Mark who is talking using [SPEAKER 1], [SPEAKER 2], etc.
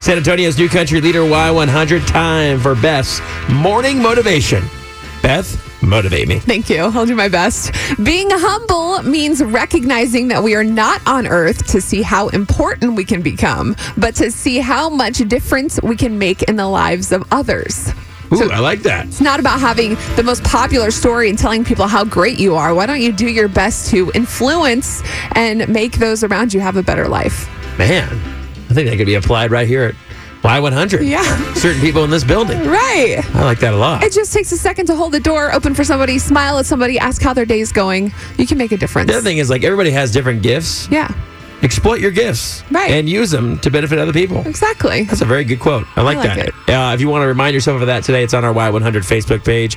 [SPEAKER 1] San Antonio's new country leader Y100. Time for Beth's morning motivation. Beth, motivate me.
[SPEAKER 2] Thank you. I'll do my best. Being humble means recognizing that we are not on earth to see how important we can become, but to see how much difference we can make in the lives of others.
[SPEAKER 1] Ooh, I like that.
[SPEAKER 2] It's not about having the most popular story and telling people how great you are. Why don't you do your best to influence and make those around you have a better life?
[SPEAKER 1] Man, I think that could be applied right here at Y100.
[SPEAKER 2] Yeah.
[SPEAKER 1] Certain people in this building.
[SPEAKER 2] Right.
[SPEAKER 1] I like that a lot.
[SPEAKER 2] It just takes a second to hold the door open for somebody, smile at somebody, ask how their day is going. You can make a difference.
[SPEAKER 1] The other thing is, like, everybody has different gifts.
[SPEAKER 2] yeah,
[SPEAKER 1] Exploit your gifts
[SPEAKER 2] Right.
[SPEAKER 1] and use them to benefit other people.
[SPEAKER 2] exactly.
[SPEAKER 1] That's a very good quote. I like,
[SPEAKER 2] like
[SPEAKER 1] that. Uh, if you want to remind yourself of that today, it's on our Y100 Facebook page.